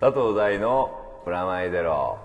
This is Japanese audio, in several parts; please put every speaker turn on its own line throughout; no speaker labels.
佐藤大のプラマイゼロ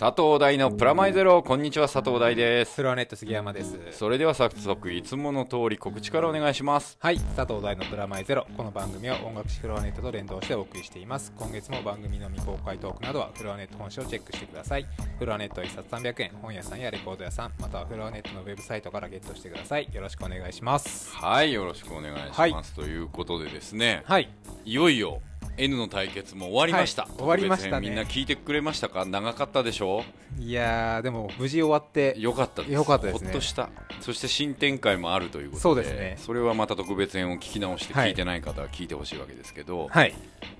佐藤大のプラマイゼロこんにちは佐藤大です
スロアネット杉山です。
それでは早速いつもの通り告知からお願いします
はい、佐藤大のプラマイゼロ。この番組は音楽誌フロアネットと連動してお送りしています。今月も番組の未公開トークなどはフロアネット本誌をチェックしてください。フロアネットは一冊300円、本屋さんやレコード屋さん、またはフロアネットのウェブサイトからゲットしてください。よろしくお願いします。
はいよろしくお願いします、
はい
ということでですね、
はい、
いよいよ N の対決も終わりました、
はい終わりましたね
特別編みんな聞いてくれましたか長かったでしょ
いやー、でも無事終わって、
よかったです
よかったですね
ほっとしたそして新展開もあるということで
そうですね
それはまた特別編を聞き直して
はい
聞いてない方は聞いてほしいわけですけど、
はい、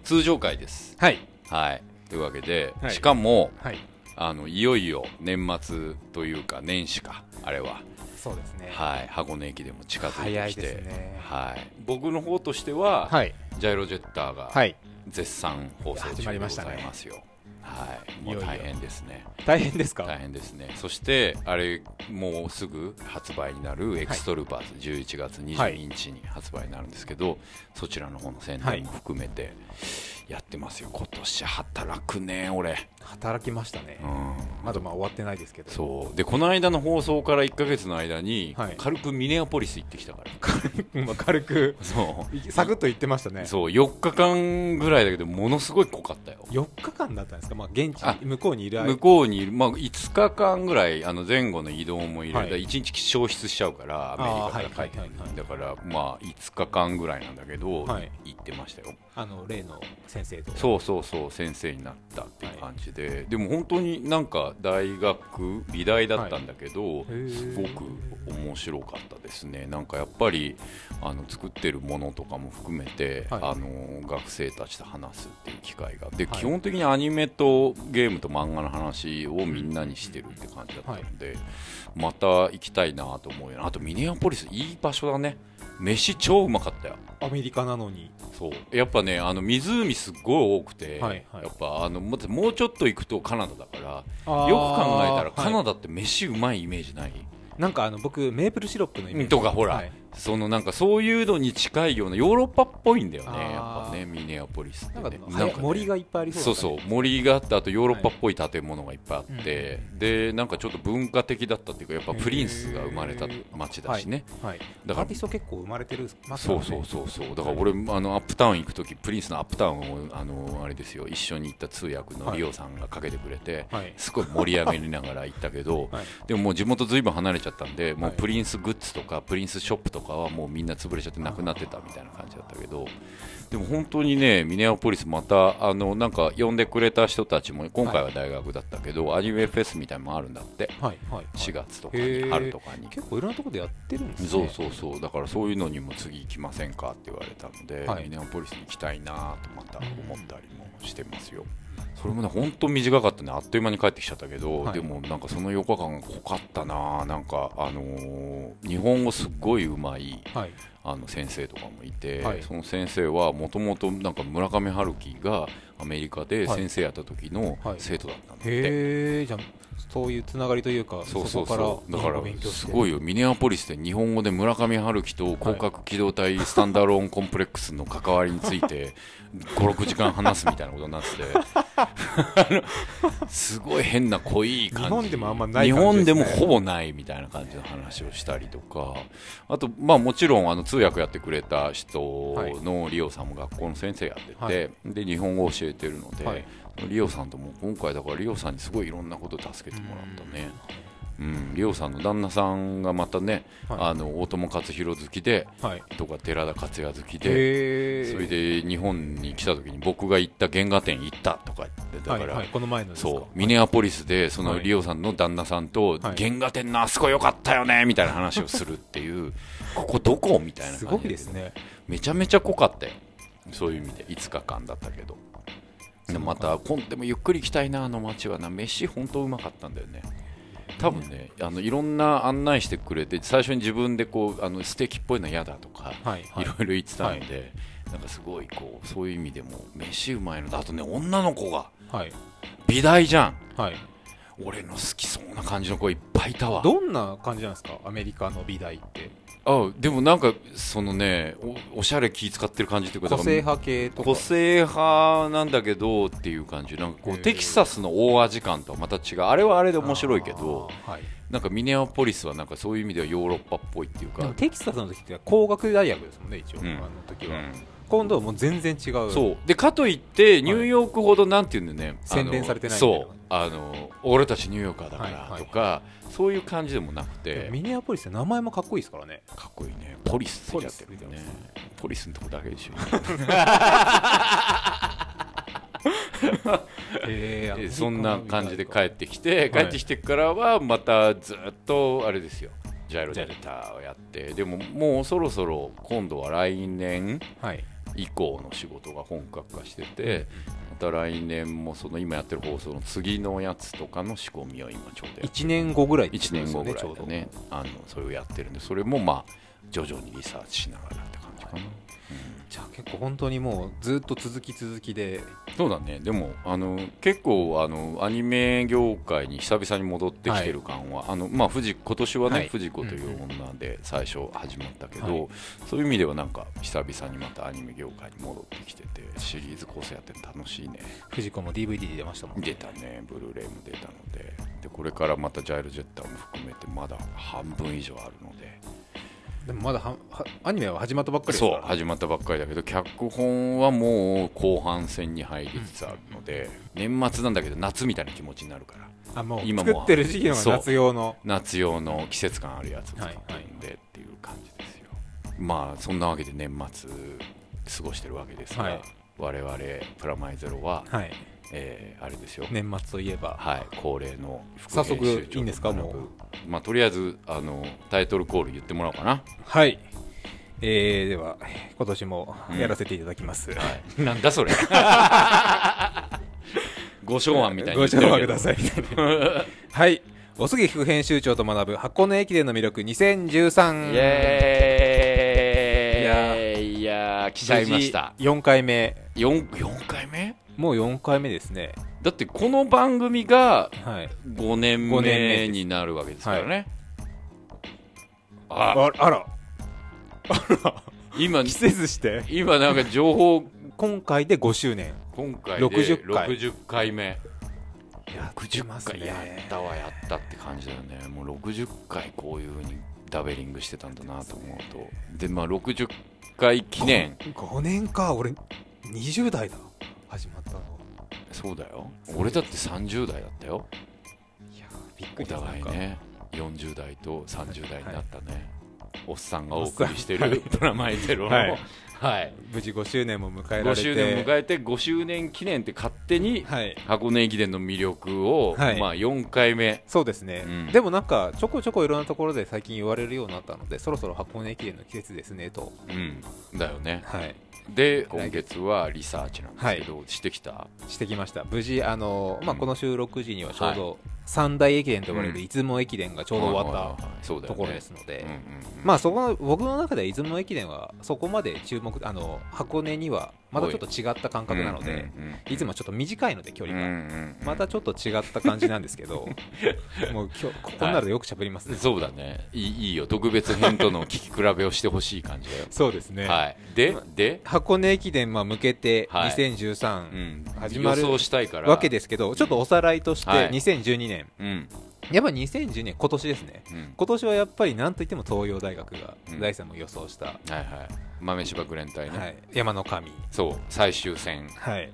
通常回です
はい、
はいというわけで、
はい
しかも
はい、
あのいよいよ年末というか年始かあれは、
そうですね。
はい、箱根駅でも近づ
早
いて
い
きて、
ですね
はい、僕の方としては、
はい、
ジャイロジェッターが
はい、
絶賛放送
始ま
中で
り
ご
ました
ざ
ね
いますよ、はい、もう
いよいよ
大変ですね
大変ですか
大変ですねそしてあれもうすぐ発売になるエクストルーパーズ、11月22日に発売になるんですけど、そちらの方の宣伝も含めてやってますよ今年働くね俺
働きましたね
う。ん
まだまあ終わってないですけど。
そうでこの間の放送から1か月の間に、
はい
軽くミネアポリス行ってきたから
うん まあ軽く、
そ
いサクッと言ってましたね
う。そう4日間ぐらいだけどものすごい濃かったよ
4日間だったんですか、まあ、現
あ
地向こうにいる間
向こうにいる、まあ、5日間ぐらいあの前後の移動も入れ
はい
て、一1日消失しちゃうからアメリカから帰って、
あーはいはいはいはい
だから、まあ、5日間ぐらいなんだけど、
はい
行ってましたよ
あの例の先生と
そうそうそう先生になったっていう感じで、でも本当になんか大学美大だったんだけど、
へー
すごく面白かったですねなんかやっぱりあの作ってるものとかも含めて、
はい
あの学生たちと話すっていう機会がで、
はい
基本的にアニメとゲームと漫画の話をみんなにしてるって感じだったので、また行きたいなと思うよなあとミネアポリスいい場所だね飯超うまかったよ
アメリカなのに
そうやっぱねあの湖すっごい多くて、
はいはい
やっぱあのまずもうちょっと行くとカナダだから
よ
よく考えたらカナ
ダ、
ダって飯うまいイメージない、
なんかあの僕メープルシロップのイメージ
とかほら、
はい
そのなんかそういうのに近いようなヨーロッパっぽいんだよね
あー
やっぱねミネアポリスって、
な
ね、
んかね
なんかね
森がいっぱいありそうだ
そう
ね
そう森があってあとヨーロッパっぽい建物がいっぱいあって、でなんかちょっと文化的だったっていうかやっぱプリンスが生まれた街だしね、
はい
だ
だ
か
かららアーティスト結構生まれてるます
そ
から
う
ね
そうそうそうだから俺あのアップタウン行く時プリンスのアップタウンをあのあれですよ一緒に行った通訳のリオさんがかけてくれて、
はい
すごい盛り上げながら行ったけど、
はい
でももう地元ずいぶん離れちゃったんでもう
はい
プリンスグッズとかプリンスショップとかはもうみんな潰れちゃってなくなってたみたいな感じだったけどでも本当にねミネアポリスまたあのなんか呼んでくれた人たちも今回は大学だったけど、アニメフェスみたいなのもあるんだって
はいはいはい
4月とかに、
へー
春とかに。
結構いろんなところでやってるんですね
そうそうそうだからそういうのにも次行きませんかって言われたので、
はい
ミネアポリス行きたいなとまた思ったりもしてますよ、それもね本当短かったねあっという間に帰ってきちゃったけど、
はい
でもなんかその4日間が濃かったななんかあのー日本語すっごいうまい
はい
あの先生とかもいて、
はい
その先生はもともとなんか村上春樹がアメリカで先生やった時の
はい
生徒だったんだって、
へえじゃあそういうつながりというか
そうそう
こ
そう
から
だから
勉強して
すご
い
いよミネアポリスで日本語で村上春樹と広角機動隊スタンダローンコンプレックスの関わりについて56 時間話すみたいなことになっててあの すごい変な濃い感じ
日本でもあんまない
日
感じですね
本でもほぼないみたいな感じの話をしたりとかあとまあもちろんあの通訳やってくれた人のリオさんも学校の先生やってて、
はい
で日本語を教えてるので、
はい
リオさんとも今回だからリオさんにすごいいろんなこと助けてもらったね。うん、リオさんの旦那さんがまたね、
はい
あの大友克洋好きで
はい
とか寺田克也好きで、
へえ
それで日本に来た時に僕が行った原画展行ったとか言ってだ
は
か
い
ら、
はいこの前のですか
そうミネアポリスでその
はい
リオさんの旦那さんと
は
原
い
画展のあそこ良かったよねみたいな話をするっていうここどこみたいな感じ
すごいですね
めちゃめちゃ濃かったよそういう意味で5日間だったけどでまた今でもゆっくり行きたいなあの街はな飯本当うまかったんだよね多分ねあのいろんな案内してくれて最初に自分でこうあのステーキっぽいの嫌だとか、
はいはい
いろいろ言ってたので、なんかすごいこうそういう意味でも飯うまいのだあとね女の子が
はい
美大じゃん
はい
俺の好きそうな感じの子いっぱいいたわ
どんな感じなんですかアメリカの美大って
あでもなんかそのねおおしゃれ気使ってる感じっていうか
個
だから
性派系とか
個性派なんだけどっていう感じなんかこ
へ
う
ー
テキサスの大味感とはまた違うあれはあれで面白いけど
あーはい、
なんかミネアポリスはなんかそういう意味ではヨーロッパっぽいっていう
でも
か、
テキサスの時って工学大学ですもんね一応、
うん
あの時
う
は、
ん
今度はもう全然違う
そうでかといってニューヨークほどなんていうんだよね、あの
洗練されてないみたいな
そうあの俺たちニューヨーカーだからとか、そういう感じでもなく
でも
て
ミネアポリスって名前もかっこいいですか らね
かっこいいねポリスついちゃってるよ
ポリ
ね
ス
ポリスのとこだけでしょ
え
でそんな感じで帰ってきて帰ってきてからはまたずっとあれですよジャイロデルタをやってでももうそろそろ今度は来年
はい
以降の仕事が本格化しててまた来年もその今やってる放送の次のやつとかの仕込みを今ちょうどやって
1年後ぐらいってこと
1
で
年
す
後
よね
ぐらい
ち
で
ょうど
ねあのそれをやってるんでそれもまあ徐々にリサーチしながらって感じかな。
じゃあ結構本当にもうずっと続き続きで
そうだねでもあの結構あのアニメ業界に久々に戻ってきてる感は、あのまあ、藤今年はね、
はい
藤子という女で最初始まったけど、
はい
そういう意味ではなんか久々にまたアニメ業界に戻ってきててシリーズ構成やってて楽しいね
藤子も DVD で出ましたもんね
出たねブルーレイも出たのででこれからまたジャイルジェッターも含めてまだ半分以上あるので。
でもまだははアニメは始まったばっかりですか
そ
ら
う
ね
始まったばっかりだけど脚本はもう後半戦に入りつつあるので年末なんだけど夏みたいな気持ちになるから
あもう
今も
作ってる時期のが
そう
夏用の
夏用の季節感あるやつを使ってるんでっていう感じですよ、まあそんなわけで年末過ごしてるわけですが、
はい
我々プラマイゼロは、
はい
えーあれですよ、
年末といえば、
はい恒例の
早速いいんですかもう
うまあとりあえずあのタイトルコール言ってもらおうか な、
はい。えー、では、今年もやらせていただきます。
はい、なんだそれ ご唱案みたいに言
ご
ってる
承
けど
諾ください。 はい。おすぎ副編集長と学ぶ箱根駅伝の魅力 2013。
イエーイいやー来
無
ち
事
ゃいました
4回目。
4, 4回目
もう4回目ですね。
だってこの番組が
はい。
5年
五年目で
目
す
になるわけですからね、あ
ああら、
今
季節して。
今なんか情報
今回で5周年。
今回で
60回
60回目
やってます
回やったわやったって感じだよねもう60回こういうふうにダベリングしてたんだなと思うとでまあ60回記念
5年か、俺、20代だ。始まったの。
そうだよ俺だって30代だったよ
いやーびっく
お
りした。
互い
なんか。
ね40代と30代になったね、おっさんが
おっ
お
さん
送りしてる「プラマイゼロの」
はい
はい、
無事5周年も迎え
5
られて。
周年を迎えて5周年記念って勝手に
はい。
箱根駅伝の魅力を、
はい
まあ、4回目
そうですね、
うん
でもなんかちょこちょこいろんなところで最近言われるようになったのでそろそろ箱根駅伝の季節ですねと
うんだよね
はい
で今月はリサーチなんですけど、してきた
してきました無事あの、まあ、
うん
この収録時にはちょうど三大駅伝と呼ばれる
うん
出雲駅伝がちょうど終わっ
そう
た
だよ
と
ね
ころですので、
うんうんうん
まあそこの僕の中では出雲駅伝はそこまで注目あの箱根にはまたちょっと違った感覚なので、
うんうんうん
出雲はちょっと短いので距離が、
うんうんうん
またちょっと違った感じなんですけ どもう今日ここになるとよく喋りますね、
そうだねいいいいよ特別編との聞き比べをしてほしい感じだよ
そうですね、
はいでで
箱根駅伝まあ向けて
はい
2013、
うん
始まる
予想したいから
わけですけど、ちょっとおさらいとして
はい
2012年、
うん
やっぱり2012年今年ですね
うん
今年はやっぱりなんといっても東洋大学が
うん
大さんも予想した、
はいはい豆柴グレン隊ね、
はい、山の神、
そう最終戦、
は
う
い、
ん、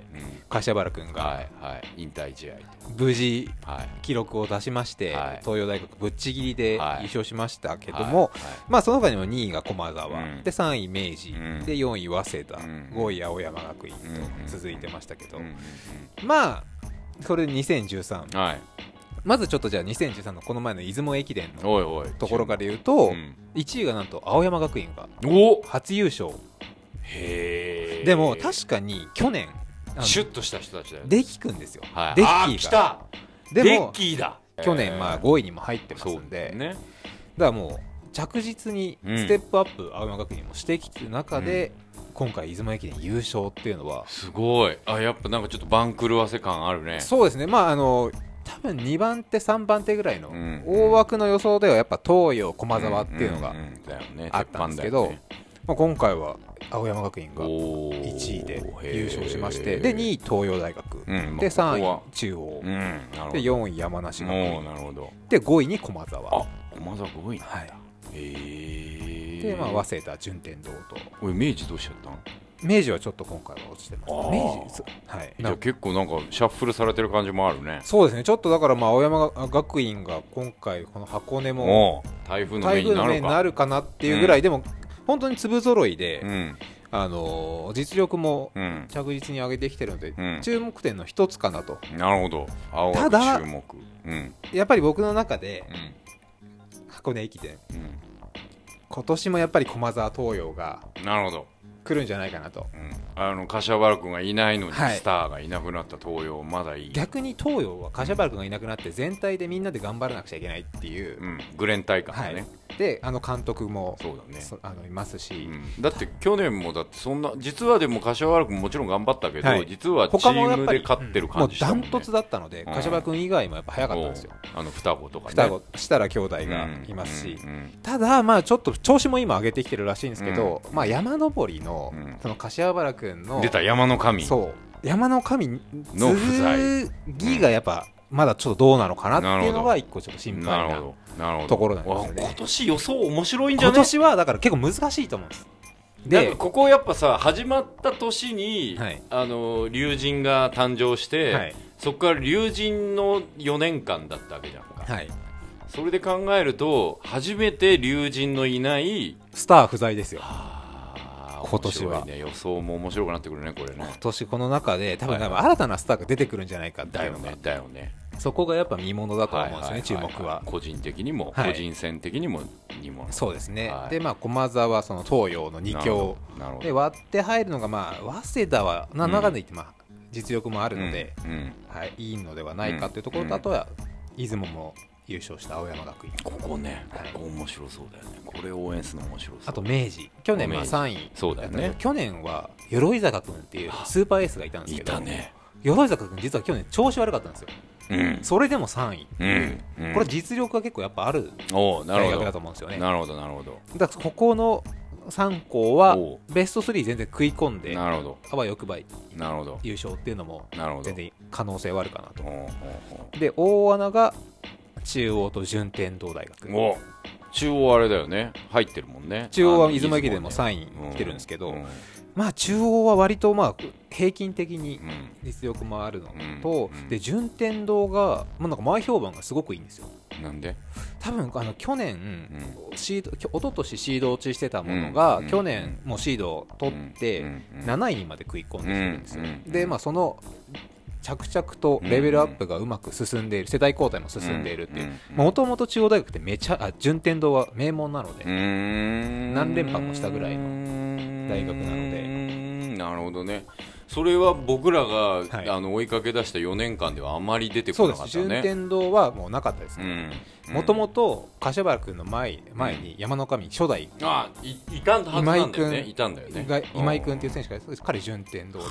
柏原君が
はいはい引退試合
無事
とはい
記録を出しまして、
はい
東洋大学ぶっちぎりで優
はい
勝しましたけども、
はいはい
まあ、その他にも2位が駒澤、
うん
で3位明治、
うん
で4位早稲田、
うん
5位青山学院と
うん
続いてましたけど、
うんうん
まあそれで2013、
うんはい
まずちょっとじゃあ2013のこの前の出雲駅伝の
おいおい
ところから言う
う
と、
ん
1位がなんと青山学院が
お
初優勝
へえ
でも確かに去年あの
シュッとした人たちだよね
デキ君ですよ、
はい
デ
あ
ッキ
ー
ーが
来た
で
デッ
も
キーだ
去年まあ
位
5位にも入ってます
そう
んで、
だね
だからもう着実に
うん
ステップアップ青山学院もしてきてる中で、今回出雲駅伝優勝っていうのは、
すごいあやっぱなんかちょっと番狂わせ感あるね
そうですねまああの多分2番手3番手ぐらいの
うん
大枠の予想ではやっぱ東洋駒沢っていうのが
んんんだよね
あったんですけ
鉄板だ
ど
よね、
まあ、今回は青山学院が
おー
1位で
へー
優勝しましてで2位東洋大学、
うんまあ
で
ここ
3
は
位中央、
うんなるほ
で
ど
4位山梨学
おー
院
なるほど
で5位に駒沢
あ駒沢5位なんだ
はい
へえ
で、まあ、早稲田順天堂と
俺明治どうしちゃったの
明治はちょっと今回は落ちてます
あー
明治そはい
じゃ
な
あ結構なんかシャッフルされてる感じもあるね
そうですねちょっとだからまあ青山学院が今回この箱根
お
も
う台風の目
台
に
風
な
の目
る
にな
か
るかなっていうぐらい、でも本当に粒揃いで、
うん
あのー実力も
うん
着実に上げてきてるので、
うん
注目点の一つかなと
なるほど青
ただ
学注目うん
やっぱり僕の中で
うん
箱根駅伝
う
今年もやっぱり駒澤東洋が
んなるほど
来るんじゃないかなと
うんあの柏原君がいないのに
はい
スターがいなくなった東洋まだいい
逆に東洋は柏原君がいなくなって全体でみんなで頑張らなくちゃいけないっていう、
うんグレン大会
は
だ
い
ね
であの監督も
そうだね
そあのいますし、
うんだって去年もだってそんな実はでも柏原君もちろん頑張ったけど、
はい
実はチ
他も
ー
やっ
ム
ぱり
で勝ってる
も
感
う
じした
ダ
もん、
ン
ね、
トツだったので、
うん
柏原君以外もやっぱ早かったんですよ
おうあの双子とかね
双子設楽兄弟がいますし、ただ、まあちょっと調子も今上げてきてるらしいんですけど、まあ、山登りの
うん
その柏原君の
出た山の神
そう山の神
の不在
ぎがやっぱまだちょっとどうなのかなっていう
な
の
るほ
が
ど
一個ちょっと心
な
配
る
な
ほどなるほど
ところなんですよね
わ今年予想面白いんじゃ
今
ない
年はだから結構難しいと思うんです
なん
で
かここやっぱさ始まった年に、
はい
あの龍神が誕生して、
はい
そこから龍神の4年間だったわけじゃんか、
はい、
それで考えると初めて龍神のいない
スター不在ですよ
あー
今年は
面白いね予想も面白くなってくるねこれね
今年この中で多分
はいはい
新たなスターが出てくるんじゃないかって
だ
いう
よ
のが、
ねだよね
そこがやっぱ見ものだと思うんですよね、
はいはいはいはい
注目は。
個人的にも、
はい
個人戦的にもにも
そうですね、
はい
でまあ駒沢その東洋の2強
なるほど
で割って入るのが、まあ、早稲田はな中でいって、まあ、実力もあるので、
うんうん
はい、いいのではないかというところと、
うん
あとは出雲も優勝した青山学院
ここね
はい
ここ面白そうだよねこれ応援するの面白そう
あと明治去年まあ
明治
3位
そうだよね
去年は鎧坂君っていうスーパーエースがいたんです
い
けど
たね
鎧坂君実は去年調子悪かったんですよ
うん
それでも3位、
うんうん
これ実力が結構やっぱある
おうなるほ
大学だと
ど
思うんですよね
なるほどなるほど
だからここの3校は
おう
ベスト3全然食い込んで
なるほど
あわよくば
なるほど
優勝っていうのも
なるほど
全然可能性はあるかなと
おうおうお
で大穴が中央と順天堂大学
うおう中央あれだよね入ってるもんね
中央
あ
は
の
出雲駅伝も
出
3
雲ね
位来てるんですけど、
ううん
まあ中央は割とまあ平均的に
うん
実力もあるの
うん
と、
うん
で順天堂が、まあ、なんか前評判がすごくいいんですよ
なんで
多分あの去年、シードきょ一昨年シード落ちしてたもの
う
が
ん
去年もうシードを取って、
うんうん
7位にまで食い込んできてるんですよ、
うんうん
でまあその着々とレベルアップがうまく進んでいる、世代交代も進んでいるっていう
うんうんうん
もともと中央大学ってめちゃあ順天堂は名門なので、何
何
連覇もしたぐらいの大学なので
なるほどねそれは僕らが、
はい
あの追いかけ出した4年間ではあまり出て
そ
こ
う
な
で
か
す
ったね
順天堂はもうなかったですねもと
も
もと柏原君の前前に山の神初代
あいいたはずなんだよね
今井君
いたんだよね
が今井君っていう選手がいたんです彼順天堂で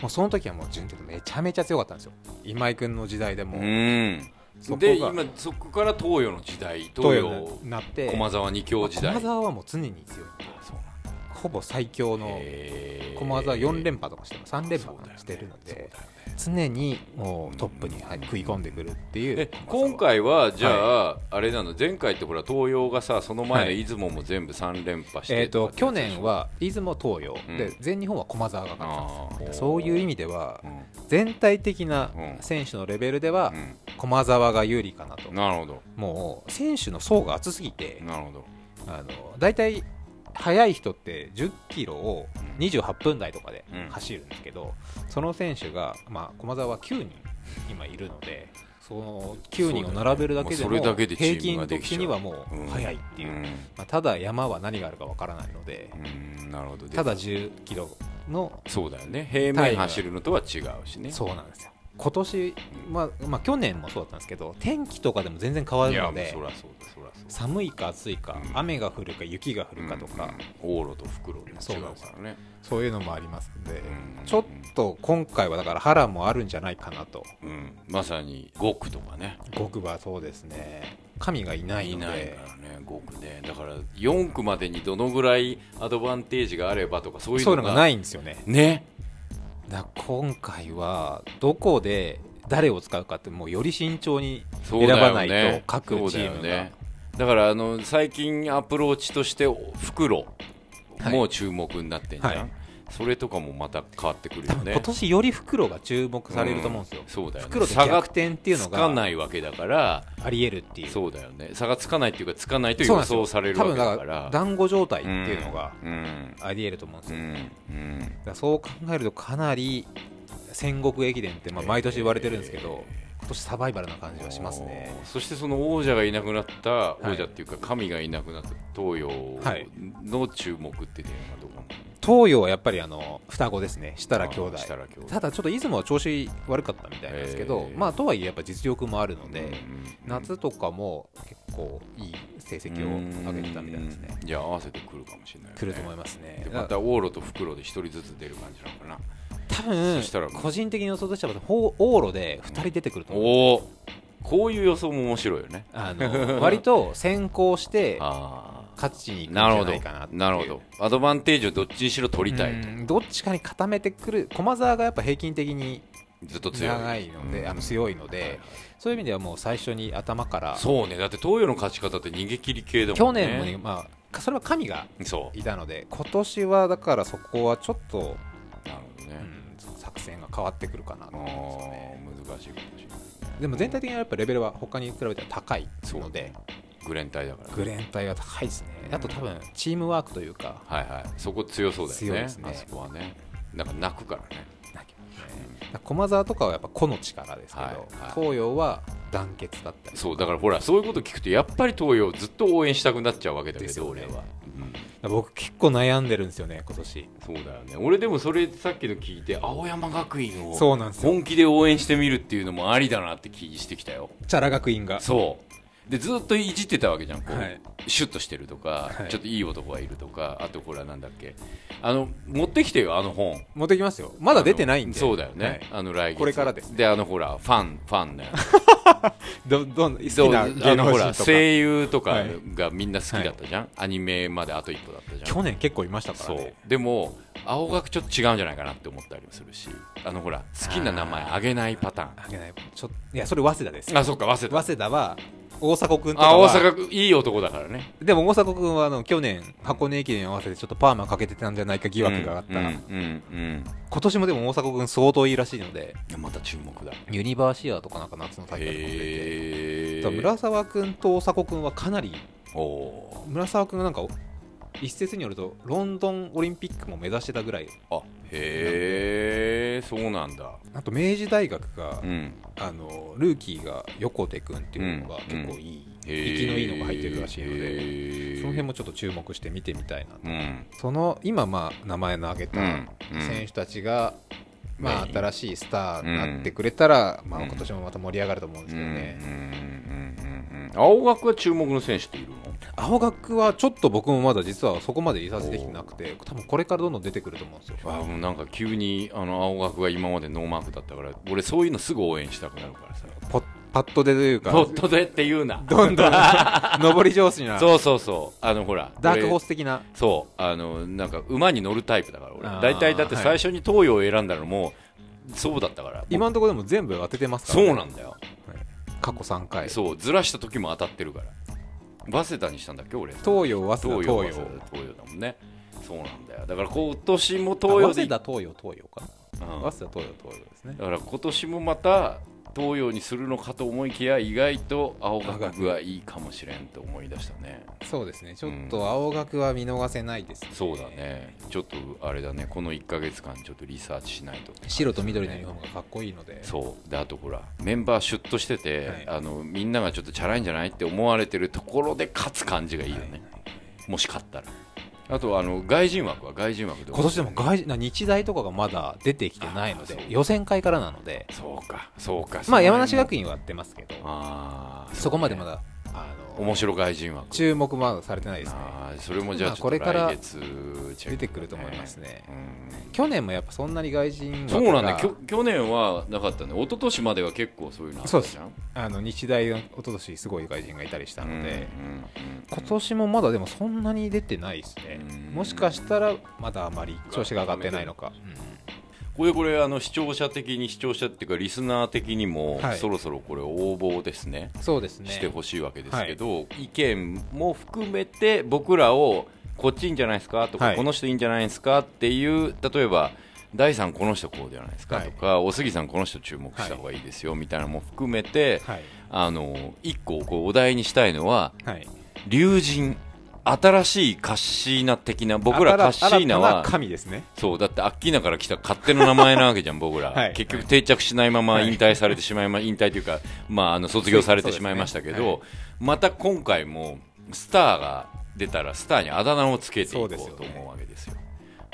もうその時はもう順天堂めちゃめちゃ強かったんですよ今井君の時代でも
う
う
うん
そこが
で今そこから東洋の時代東
東
洋
洋になって
駒沢二強時代
まあ駒沢はもう常に強い
そうなんだ
ほぼ最強の
へー
駒沢4連覇とかして3連
そう
覇
だよね
してるの
そうだよ
で
ね
常にもうトップにはい食い込んでくるっていう
え今回はじゃあ、あれなの前回ってほら東洋がさその前の出雲も全部3連覇して
えー、
た
と
って
去
やつでしょ
年は出雲東洋、
うん
で全日本は駒沢が勝って
あ
たんで
ー
すそういう意味では
うん
全体的な
うん
選手のレベルでは
うん
駒沢が有利かなと、
なるほど
もう選手の層が厚すぎて、
なるほど
あの大体速い人って10キロを28分台とかで
うん
走るんですけど、その選手が、まあ、駒沢は9人今いるのでその9人を並べるだけで
そうだ
も
よねもうそれだけでチーム
平均
ができちゃ
的
う
にはもう速いっていう、
ん
まあ、ただ山は何があるかわからないので。
うんなるほどで
ただ10キロの
そうだよね平面走るのとは違うしね
そうなんですよ今年、まあまあ、去年もそうだったんですけど天気とかでも全然変わ
い
る
や
の
もう
で
そりゃそうだそりゃそうだ
寒いか暑いか、
うん
雨が降るか雪が降るかとか、
うんうん、往路と袋で違うからね
そういうのもありますんで、
うん
ちょっと今回はだから波乱もあるんじゃないかなと
うん、まさに5区とかね
極はそうですね神がいな
い
いので
ないからね5区ねだから4区までにどのぐらいアドバンテージがあればとかそういう
そうい
の
う
が
のがないんですよね
ね
だから今回はどこで誰を使うかってもうより慎重に
そう
選
だ
ば
よ
ない
ね
と、各チーム
そう
が、
だよねだからあの最近アプローチとして袋
はい
もう注目になってんじゃん、
はい
それとかもまた変わってくるよ
多分
ね
今年より袋が注目されると思うんですよ、
んそうだよね
袋で
差
逆
が
転っていうの
つかな
が
いわけだから
ありえるっていう
そうだよね差がつかないっていうかつかないと
そ
予
うなんですよ
想される
多
わ
分
けだ
だ
か
からら団子状態って
ん
いうのが
うん
ありえると思うんです
う
よ、だ
んうん
からそう考えるとかなり戦国駅伝ってまあ毎年言われてるんですけど、今年サバイバルな感じはしますね
おーそしてその王者がいなくなった王者っていうか神がいなくなった東洋
はい
の注目って点はどこなの
東洋はやっぱりあの双子ですね設楽兄弟
あー設楽兄弟
ただちょっと出雲は調子悪かったみたいなんですけど、
えー
まあとはいえやっぱ実力もあるので、
うん
夏とかも結構いい成績を上げてたみたいですね
うんいや合わせてくるかもしれないよね
来ると思いますね
でまた往路と袋で一人ずつ出る感じなのかな
多分
そしたらもう
個人的に予想としてはほう往路で2人出てくると思う、
おおこういう予想も面白いよね
あの割と先行して
あ
勝ちに行く
あ
んじ
な
ゃ
るほ
ないかなって
ど
いう
なるほどアドバンテージをどっちにしろ取りたいと
うんどっちかに固めてくる駒澤がやっぱ平均的に
ずっと強い
長いので、
うん
あの強いので、
はいはい
そういう意味ではもう最初に頭から
そうねだって東洋の勝ち方って逃げ切り系だも
去
んね
年もね、まあ、かそれは神が
そう
いたので今年はだからそこはちょっと、
なるほど
う
ね、
ん作戦が変わってくるかなと
ああ
思うんですよね
難しいかもしれない
でも全体的にはやっぱレベルは他に比べては高い
そう
ので
グレン隊だから
グレン隊は高いですねあと多分チームワークというか
はいはいそこ強そうだよね
強いですね
あそこはねなんか泣くからね
なきゃね駒澤とかはやっぱ個の力ですけど、
はいはい
東洋は団結だったり
そうだからほらそういうこと聞くとやっぱり東洋ずっと応援したくなっちゃうわけだけ
です
ど、
よね
俺は、うん、
僕結構悩んでるんですよね今年
そうだよね俺でもそれさっきの聞いて青山学院を
そうなんですよ
本気で応援してみるっていうのもありだなって気してきたよ
チャラ学院が
そうでずっといじってたわけじゃんこう、
はい
シュッとしてるとか、
はい
ちょっといい男がいるとかあとこれはなんだっけあの持ってきてよあの本
持ってきますよまだ出てないんで
あのそうだよね、
はい
あの来月
これからですね
であのほらファンファンね
どどん好きな
あ
芸
の
能
ほ
人
ら
とか
声優とか
はい
がみんな好きだったじゃん、アニメまであと一歩だったじゃん
去年結構いましたから
そ
ね
うでも青学ちょっと違うんじゃないかなって思ったりもするしあのほら好きな名前あげないパタ
あげないちょいやそれ早稲田です
ーンあそっか早稲
早
田
稲田は大迫君とか
あ大
は
阪くいい男だからね
でも大迫君はあの去年箱根駅伝合わせてちょっとパーマかけてたんじゃないか疑惑があった、
うんうんうん
今年もでも大迫君相当いいらしいので
うんまた注目だ
ユニバーシアーとかなんか夏の大会とかも出て
へ
だから村沢君と大迫君はかなり
お
村沢君がなんか一説によるとロンドンオリンピックも目指してたぐらい
ーあへえそうなんだ
あと明治大学が、
うん
あのルーキーが横手君っていうのが結構いい、
へ
生
ー
きのいいのが入ってるらしいの
へ
でそ
ー
の辺もちょっと注目して見てみたいなと
うん
その今まあ名前の挙げ
う
た
ん
選手たちが、まあ、
ね
新しいスターになってくれたら、まあ、今年もまた盛り上がると思うんです
うんう
け
ん
ど
うん
ね、
うんうん青学は注目の選手っているの
青学はちょっと僕もまだ実はそこまでいさせてきてなくて多分これからどんどん出てくると思うんですよ
あもうなんか急にあの青学が今までノーマークだったから俺そういうのすぐ応援したくなるからさ
ポッパッとでというか
ポットでって言うな
どんど ん上り調子な
そうそうそうあのほら
ダークホー
ス
ス的な
そうあのなんか馬に乗るタイプだから俺
あー
大体だって
はい
最初に東洋を選んだのもそうだったから
今
も
のところでも全部当ててま
う
すから、
そうなんだよ
過去3回
そうずらした時も当たってるから早稲田にしたんだっけ俺
東洋早稲田東
洋
洋
東洋東洋だもんねそうなんだよだから今年も東
東
洋
洋
で
早稲田東洋東洋か
う
な、
ん
早稲田東洋東洋ですね
だから今年もまた東洋にするのかと思いきや意外と青学がいいかもしれんと思い出したね
そうですねちょっと青学は見逃せないですね、
そうだねちょっとあれだねこの1か月間ちょっとリサーチしないと
白と緑のユニフォームがかっこいいので
そうであとほらメンバーシュッとしてて、
はい
あのみんながちょっとチャラいんじゃないって思われてるところで勝つ感じがいいよね、もし勝ったらあとはあの外人枠は外人枠で
今年でも外人な日大とかがまだ出てきてないの
あーそ
で
う
予選会からなので
そうかそうか
まあ山梨学
院
院はやってますけど
ああ
そこまでまだあの
面白外人枠
注目はされてないですね
あーそれもじゃあ
ま
ちょっ
あ
と
これから
来月チェックだね
出てくると思いますね
うん
去年もやっぱそんなに外人枠
そ
が
うなんだきょ去年はなかったね一昨年までは結構そういうのあったじゃん
あの日大の一昨年すごい外人がいたりした
な
の
の
で
で、
今年もまだでもそんなに出てないですね
うん
もしかしたらまだあまり調子が上がってないのか、
これこれあの視聴者的に視聴者っていうかリスナー的にも、
はい
そろそろこれ応募ですね
うんそうですね
してほしいわけですけど、意見も含めて僕らをこっちいいんじゃないですかとか、
はい
この人いいんじゃないですかっていう例えば第3この人こうじゃないですかとか、お杉さんこの人注目した方がいいですよみたいなのも含めて、
はい
あの一個こうお題にしたいのは
はい
龍神新しいカッシーナ的な僕らカッシーナ
新た
は
な神ですね
そうだってアッキーナから来た勝手の名前なわけじゃん僕ら、
はい
結局定着しないまま引退されてしまい ま、引退というか、まあ、あの卒業されてしまいましたけど、
そう
また今回もスターが出たらスターにあだ名をつけていこ
そう
う
ですよね
と思うわけですよ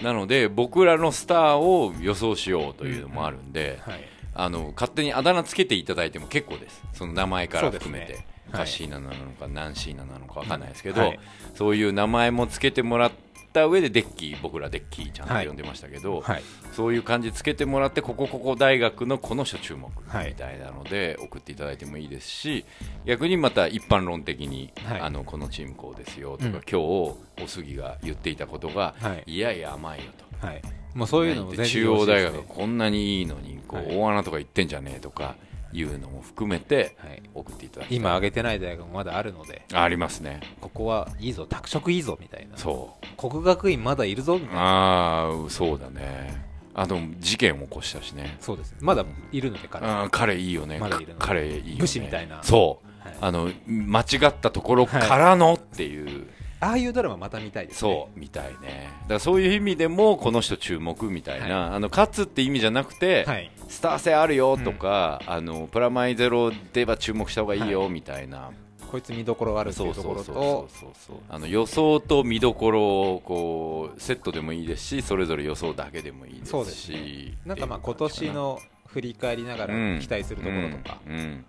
なので僕らのスターを予想しようというのもあるんで、
はい
あの勝手にあだ名つけていただいても結構です、その名前から含めて、
そうですねはい
カッシーナなのか、ナンシーナなのか分かんないですけど、
はい
そういう名前もつけてもらった上で、デッキー、僕らデッキーちゃんと
はい
呼んでましたけど、
はい
そういう感じつけてもらって、ここ、ここ大学のこの人注目
はい
みたいなので、送っていただいてもいいですし、逆にまた一般論的に、
はい
あのこのチームこうですよとか、
うん
今日お杉が言っていたことが、
はい
いやいや、甘いよと。
はいもうそういうのも全然
中央大
よ
学が
ろしいですね
こんなにいいのにこう
はい
大穴とか言ってんじゃねえとかいうのも含めて
はい
送っていただきたい
今挙げてない大学もまだあるので
ありますね
ここはいいぞ拓殖いいぞみたいな
そ
国学院まだいるぞみた
う
いな
ああそうだねあと事件を起こしたしね
そうですねまだいるので彼は
あー彼いいよね
まだいるの
か彼いいよね
武士みたいな
そう
はい
あの間違ったところからのっていう、
ああいうドラマまた見たいですね
そうみたいねだからそういう意味でもこの人注目みたいな、あの勝つって意味じゃなくて、
はい
スター性あるよとか、あのプラマイゼロでは注目した方がいいよみたいな、
こいつ見どころあるって
そ
いううと
そ
こ
う
ろ
そう
と
そうそうあの予想と見どころをこうセットでもいいですしそれぞれ予想だけでもいいですし
そうですねなんかまあ今年の振り返りながら
うん
期待するところとか、
うんうん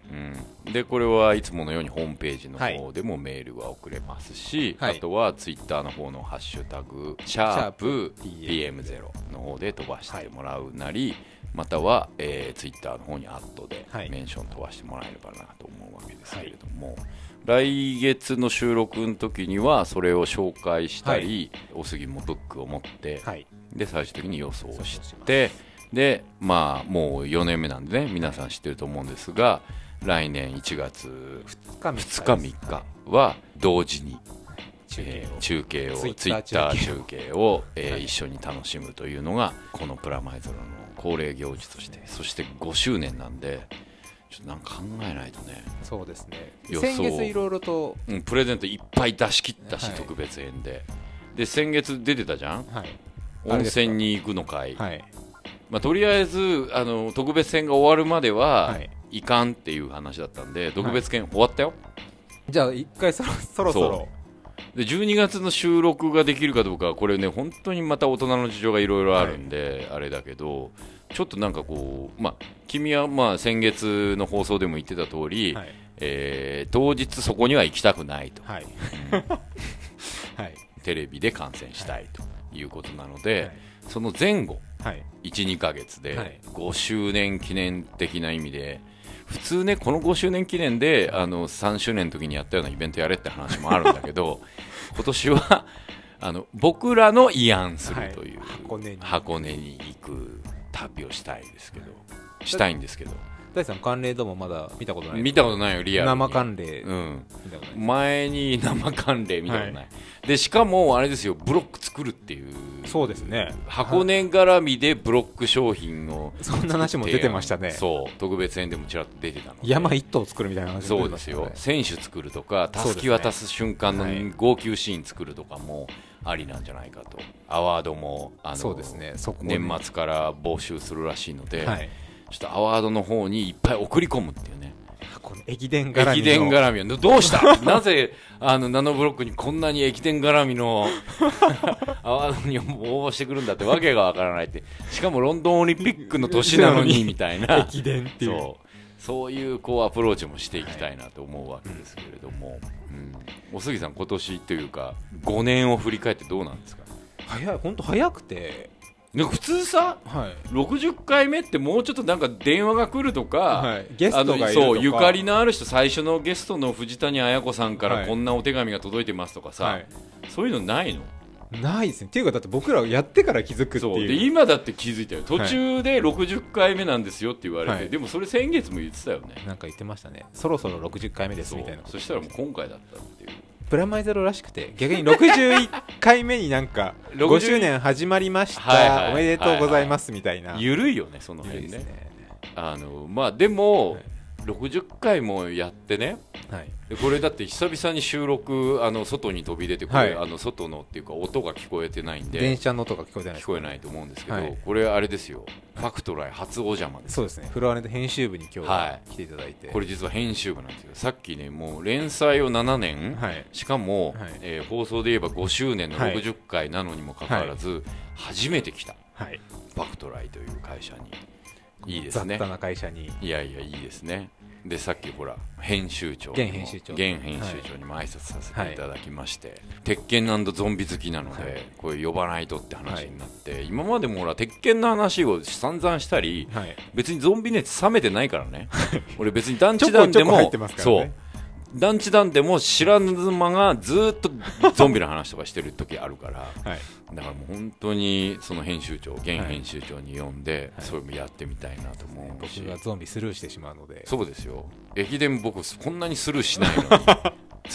でこれはいつものようにホームページの
はい
方でもメールは送れますし、
はい
あとはツイッターの方の「ハッシュタグシャープ #PM0」の方で飛ばしてもらうなり、または、えーツイッターの方にアットで
はい
メンション飛ばしてもらえればなと思うわけですけれども、来月の収録の時にはそれを紹介したり、おすぎもブックを持って、
はい
で最終的に予想をし
そうします
てでまあもう4年目なんでね皆さん知ってると思うんですが来年1月
2
2日3日は同時に、
中継
えー
を
中継をツイッ
Twitter
ター
中
中継を、えー一緒に楽しむというのがこの「プラマイゾロ」の恒例行事としてそして5周年なんでちょっとなんか考えないとね、
そうですね
予想
先月いろいろと、
うん、プレゼントいっぱい出し切ったし、
はい
特別編でで先月出てたじゃん
はい
温泉に行くのかい、
はい
まあ、とりあえずあの特別編が終わるまでは、
はい
い、かんっていう話だったんで特別編終わったよ、
じゃあ一回そろそろそろ
そで12月の収録ができるかどうかはこれね本当にまた大人の事情がいろいろあるんで、あれだけどちょっとなんかこう、まあ、君はまあ先月の放送でも言ってた通り、
はい
えー当日そこには行きたくないと
はい はい
テレビで観戦したいということなので、
はい
その前後
はい
12ヶ月
はい
で5周年記念的な意味で普通ねこの5周年記念であの3周年の時にやったようなイベントやれって話もあるんだけ ど今年はあの僕らの慰安するという、
はい箱根に
箱根に行く旅をしたいですけどしたいんですけど
大地さん関連度もまだ見たことない
見たことないよリアルに
生関連
うん
見たことない
前に生関連見たことない、でしかもあれですよブロック作るっていう
そうですね
箱根絡みでブロック商品を
そんな話も出てましたね
そう特別編でもちらっと出てたので
山一頭作るみたいな話も出
そう
てま
で
し
す
たね
よ選手作るとかた
そう
す
です
き
ね
渡す瞬間の
はい
号泣シーン作るとかもありなんじゃないかとアワードもあの
そうですねそこをね
年末から募集するらしいので、
はい
ちょっとアワードの方にいっぱい送り込むっていうね
この駅伝絡みの
駅伝絡みのどうした なぜあのナノブロックにこんなに駅伝絡み のアワードに応募してくるんだってわけがわからないってしかもロンドンオリンピックの年なの にみたいな
駅伝っていう
そうそういうこうアプローチもしていきたいなと思うわけですけれども、うん、おすぎさん、今年というか5年を振り返ってどうなんですか
早い本当早くて
ね普通さ
はい
60回目ってもうちょっとなんか電話が来るとか、
はいゲストがいるとか
あのそうゆかりのある人最初のゲストの藤谷綾子さんか
は
ら
い
こんなお手紙が届いてますとかさ、
はい
そういうのないの
ないですねっていうかだって僕らやってから気づくって
そうで
いう
今だって気づいたよ途中で60回目なんですよって言われて、
はい
でもそれ先月も言ってたよね
なんか言ってましたねそろそろ60回目です
そう
みたいなこと
そしたらもう今回だったっていう
プラマイゼロらしくて逆に61回目にな んか
60
50年始まりました、
はいはい
おめでとうございますみたいな、
緩いよねその
緩い
辺
で
ね
すね
あのまあでも、
はい
60回もやってね
はい
でこれだって久々に収録あの外に飛び出てこれ、
はい
あの外のっていうか音が聞こえてないん
電
で
車の音が聞こえてない
聞こえないと思うんですけど、
はい
これあれですよファクトライ初お邪魔です
そうですねフロアネット編集部に今日
は
はい来ていただいて、
これ実は編集部なんですけどさっきねもう連載を7年、
はい
しかも、
はい
えー放送で言えば5周年の
はい
60回なのにもかかわらず、初めて来た
はい、
ファクトライという会社にいいです
雑
ね
多な会社に
いやいやいいですねでさっきほら編集長にも
現編集長
現編集長にも挨拶させていただきまして、鉄拳ゾンビ好きなので、
はい
これ呼ばないとって話になって、今までもほら鉄拳の話を散々したり、
はい
別にゾンビ熱冷めてないからね俺別に団地
ちょこ
団
ち
で
ょこ
も
入ってますから
そ
ね
う団地団でも知らぬ間がずっとゾンビの話とかしてる時あるから
はい
だからもう本当にその編集長現編集長に呼んで、それもやってみたいなと思うし、
僕がゾンビスルーしてしまうので
そうですよ駅伝僕こんなにスルーしない の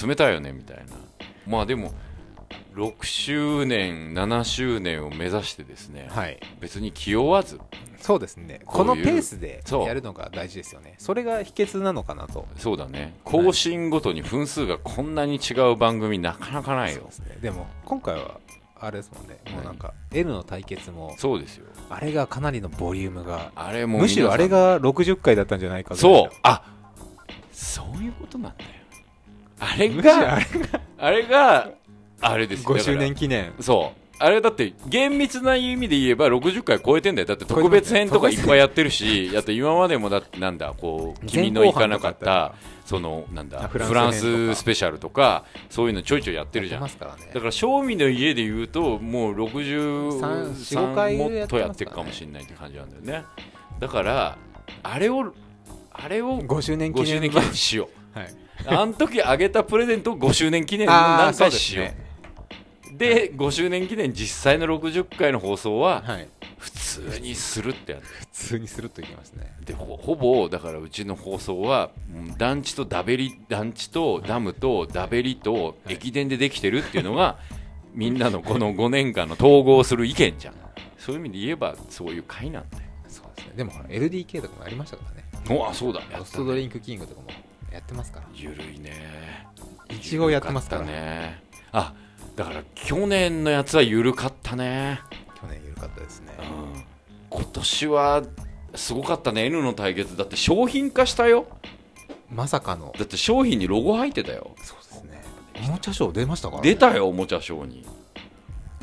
に冷たいよねみたいなまあでも6周年7周年を目指してですね、
はい
別に気負わず
そうですね
こ
こ
ういう
のペースで
そう
やるのが大事ですよねそれが秘訣なのかなと
そうだね更新ごとに分数がこんなに違う番組なかなかない
そう
よ
ですねでも今回はあれですもんねもうなんか L の対決も
そうですよ
あれがかなりのボリュームが
あれも
むしろあれ
が
が60回だったんじゃないかぐらい
そ
の
うあそういうことなんだよあれ
むしろあ
が
れが
あれがあれですよ
5
だから
周年記念
そう。あれだって厳密な意味で言えば60回超えてんだよ。だって特別編とかいっぱいやってるし、あと今までもだってなんだ、こ う、君の行かなかっ
前後半と
た、その、なんだ、
フ
フ
ラ
ラ
ンス編とか
ンススペシャルとか、そういうのちょいちょいやってるじゃ
や
ん
っ。てますから
だ
ね
から、正味の家で言うと、もう
三四五
63
回
もっとやってるかもしれないって感じなんだよね。だから、あれを、あれを
5周年記
5周
念
年記念しよう。
はい
あの時あげたプレゼントを5周年記念の
ああ
何
そう
回
です
しよう
ね。
で、5周年記念実際の60回の放送は
はい
普通にするってや
普通にするといきますね
つでほほぼだからうちの放送はうん団地とダベリ団地とダムとダベリと
はい
駅伝でできてるっていうのが、 みんなのこの5年間の統合する意見じゃんそういう意味で言えばそういう回なんだよ
そうですねでもほら LDK とかもありましたからね
おあそうだや
ロ
っ
ス
た
トド
ね
リンクキングとかもやってますから
ゆるいね
一応やってますから
ゆるかったねあだから去年のやつはゆるかったね
去年緩かったですね
うん今年はすごかったね N の対決だって商品化したよ
まさかの
だって商品にロゴ入ってたよ
そうですねおもちゃショー出ましたからね
出たよおもちゃショーに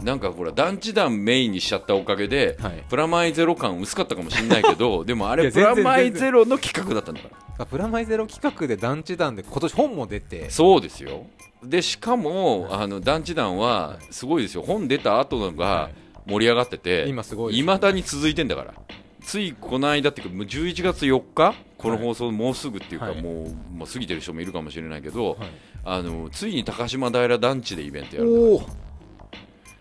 なんかほら団地団メインにしちゃったおかげで、
はい
プラマイゼロ感薄かったかもしれないけ どでもあ
い
れ
や
プ
全然
ラマイゼロの企画だったんだから
あプラマイゼロ企画で団地団で今年本も出て
そうですよでしかも、あの団地団はすごいですよ本出た後の
は
が盛り上がってて、
今すごいです
いまだに続いてんだからついこの間っていうかもう11月4日この放送もうすぐっていうか、
はい
もうもう過ぎてる人もいるかもしれないけど、
はい
あのついに高島平団地でイベントやる
おお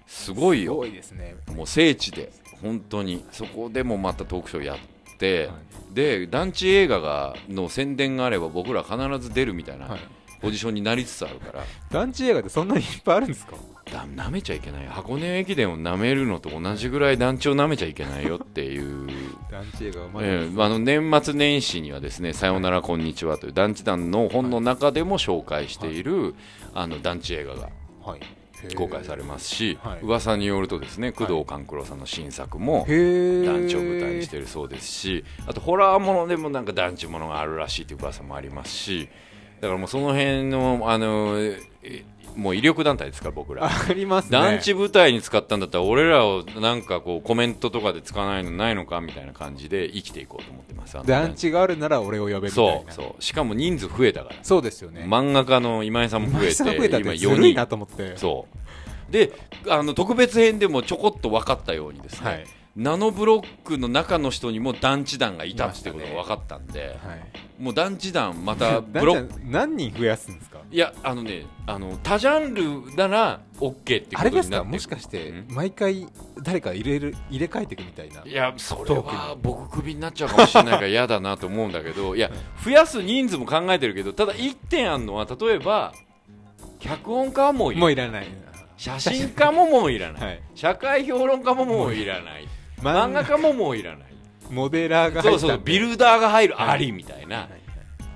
すごい
す
よ
ごいですね
もう聖地で本当にそこでもまたトークショーやって、
は
で団地映画がの宣伝があれば僕ら必ず出るみたいな
はい
ポジションになりつつあるから、
団地映画ってそんなにいっぱいあるんですか
だ舐めちゃいけない箱根駅伝を舐めるのと同じぐらい団地を舐めちゃいけないよっていう
団地映画うまいで
え
す
えあの年末年始にはですね「さようならこんにちは」という団地団の本の中でも紹介している、あの団地映画が
はい
公開されますし、
はい
噂によるとですね工藤官九郎さんの新作も
へえ
団地を舞台にしてるそうですしあとホラーものでもなんか団地ものがあるらしいという噂もありますしだからもうその辺のあのえもう威力団体ですから僕ら
ありますね
団地舞台に使ったんだったら俺らをなんかこうコメントとかで使わないのないのかみたいな感じで生きていこうと思ってますあの
団地があるなら俺を呼べみた
そ
いうなう
そうしかも人数増えたから、
そうですよね
漫画家の今井さんも増えて
増えたって
今
ずるい
4
な
人
と思って
そうであの特別編でもちょこっと分かったようにですね、
はい
ナノブロックの中の人にも団地団がいたってことが分かったんで、
はい
もう団地団またブロック
団地は何人増やすんですか
いやあのねあの多ジャンルなら OK ってことになって
あれですかもしかして
うん
毎回誰か入れる入れ替えていくみたいない
やそれは僕クビになっちゃうかもしれないから嫌だなと思うんだけどいや増やす人数も考えてるけどただ1点あるのは例えば脚本家はもういる
もういらない
写真家ももういらない、
はい
社会評論家ももういらない
漫
漫
画
画家ももういらない
モデラーが入
そ
っ
う
たんで
そうビルダーが入るありみたいな、
はいはい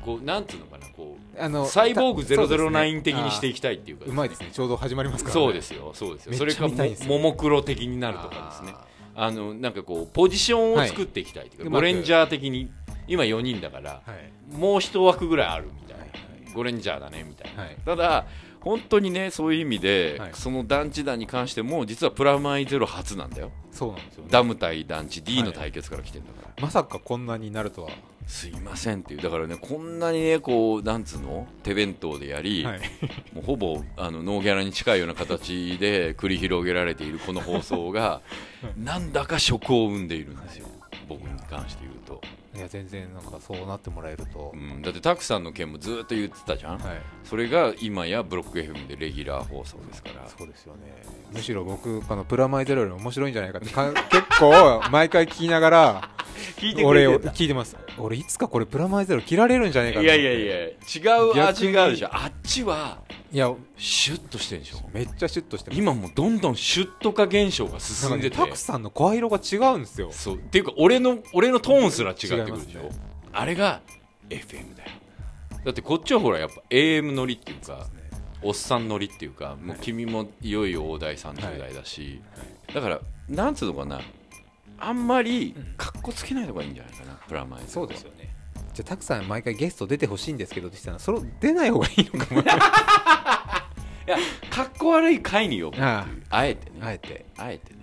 こうなんていうのかなこ
あ
う
の
サイボーグ
た
009的にしてい
そ
きたいっていうか
うですねあーうまいですねちょうど始まりますからね
そうですよそうですよ
めっ
それ
ちゃ
か
見たいですよ
もももクロ的になるとかですねあのなんかこうポジションを作っていきたいというか、
はいうまく
ゴレンジャー的に今4人だから
あーはい
もう一枠ぐらいあるみたいな、
はい
ゴレンジャーだねみたいな、
はい
ただ本当にねそういう意味で、
はい
その団地団に関しても実はプラマイゼロ初なんだよ
そうなんですよね
ダム対団地 D
は
の
い
対決から来てるんだから、
まさかこんなになるとは
すいませんっていうだからねこんなにねこうなんつうの手弁当でやり、
はい
もうほぼあのノーギャラに近いような形で繰り広げられているこの放送が、なんだか食を生んでいるんですよ、僕に関して言うと、
いや全然なんかそうなってもらえると
うん、だってタクさんの件もずっと言ってたじゃん、
はい
それが今やブロック FM でレギュラー放送ですから
そうですよねむしろ僕あのプラマイゼロより面白いんじゃないかって か結構毎回聞きながら
聞
俺を聞いてます俺いつかこれプラマイゼロ切られるんじゃないか
い
と思
や
っ
いや
て
いや違う味があるじゃんあっちはい
や
シュッとしてるでしょ
めっちゃシュッとしてます
今もうどんどんシュッと化現象が
な
進
ん
ん
かね
でて
タクさんの声色が違うんですよ
そうっていうか俺の俺のトーンすら違ってくるでしょ、
違います
あれが FM だよだってこっちはほらやっぱ AM 乗りっていうかおっさん乗りっていうかもう君もいよいよ大台30代だし、だからなんつうのかなあんまりかっこつけない方がいいんじゃないかな、プラマイゼロ
そうですよねじゃあタクさん毎回ゲスト出てほしいんですけどって言ってたらそれ出ない方がいいのか も
いやかっこ悪い回に呼ぶっていう
あ
あえてね
あえて
あえてね